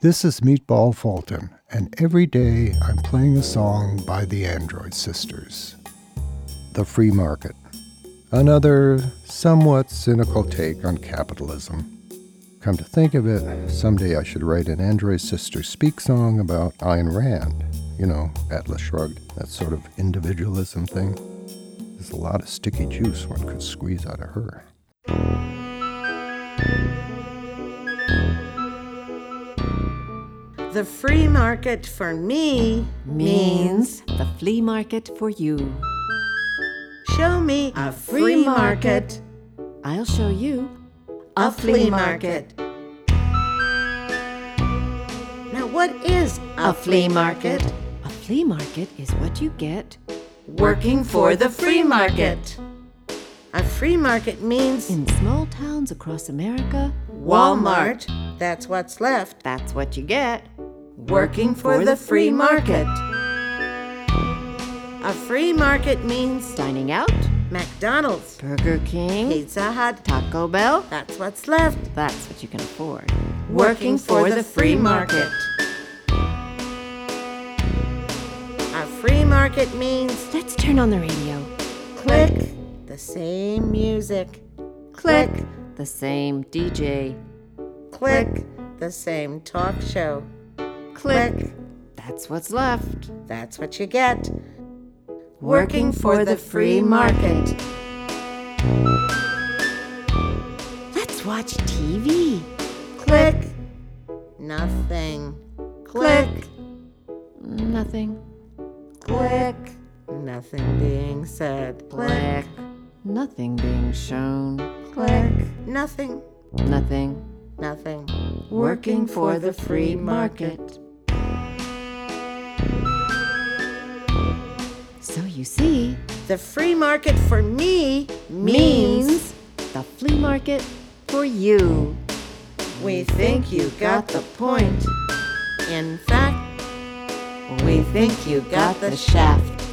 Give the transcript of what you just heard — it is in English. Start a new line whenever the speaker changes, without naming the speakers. This is Meatball Fulton, and every day I'm playing a song by the Android Sisters. The Free Market. Another somewhat cynical take on capitalism. Come to think of it, someday I should write an Android Sisters speak song about Ayn Rand. You know, Atlas Shrugged, that sort of individualism thing. There's a lot of sticky juice one could squeeze out of her.
The free market for me means
the flea market for you.
show me a free market,
I'll show you
a flea market. Now, what is a flea market?
A flea market is what you get
Working for the free market. A free market means
in small towns across America.
Walmart, that's what's left,
That's what you get.
working for the free market. A free market means
Dining out,
McDonald's,
Burger King,
Pizza Hut,
Taco Bell.
that's what's left.
That's what you can afford.
working for the free market. A free market means
Let's turn on the radio.
click the same music, click,
The same DJ.
click the same talk show, click.
That's what's left.
That's what you get. Working for the free market.
Let's watch TV.
Click. Nothing. Click.
Nothing.
Click. Nothing being said. Click.
Click. Nothing being shown.
Click. Nothing.
Nothing.
Nothing.
Working for the free market. So you see,
The free market for me means
the flea market for you.
we think you got the point. In fact, we think you got the shaft.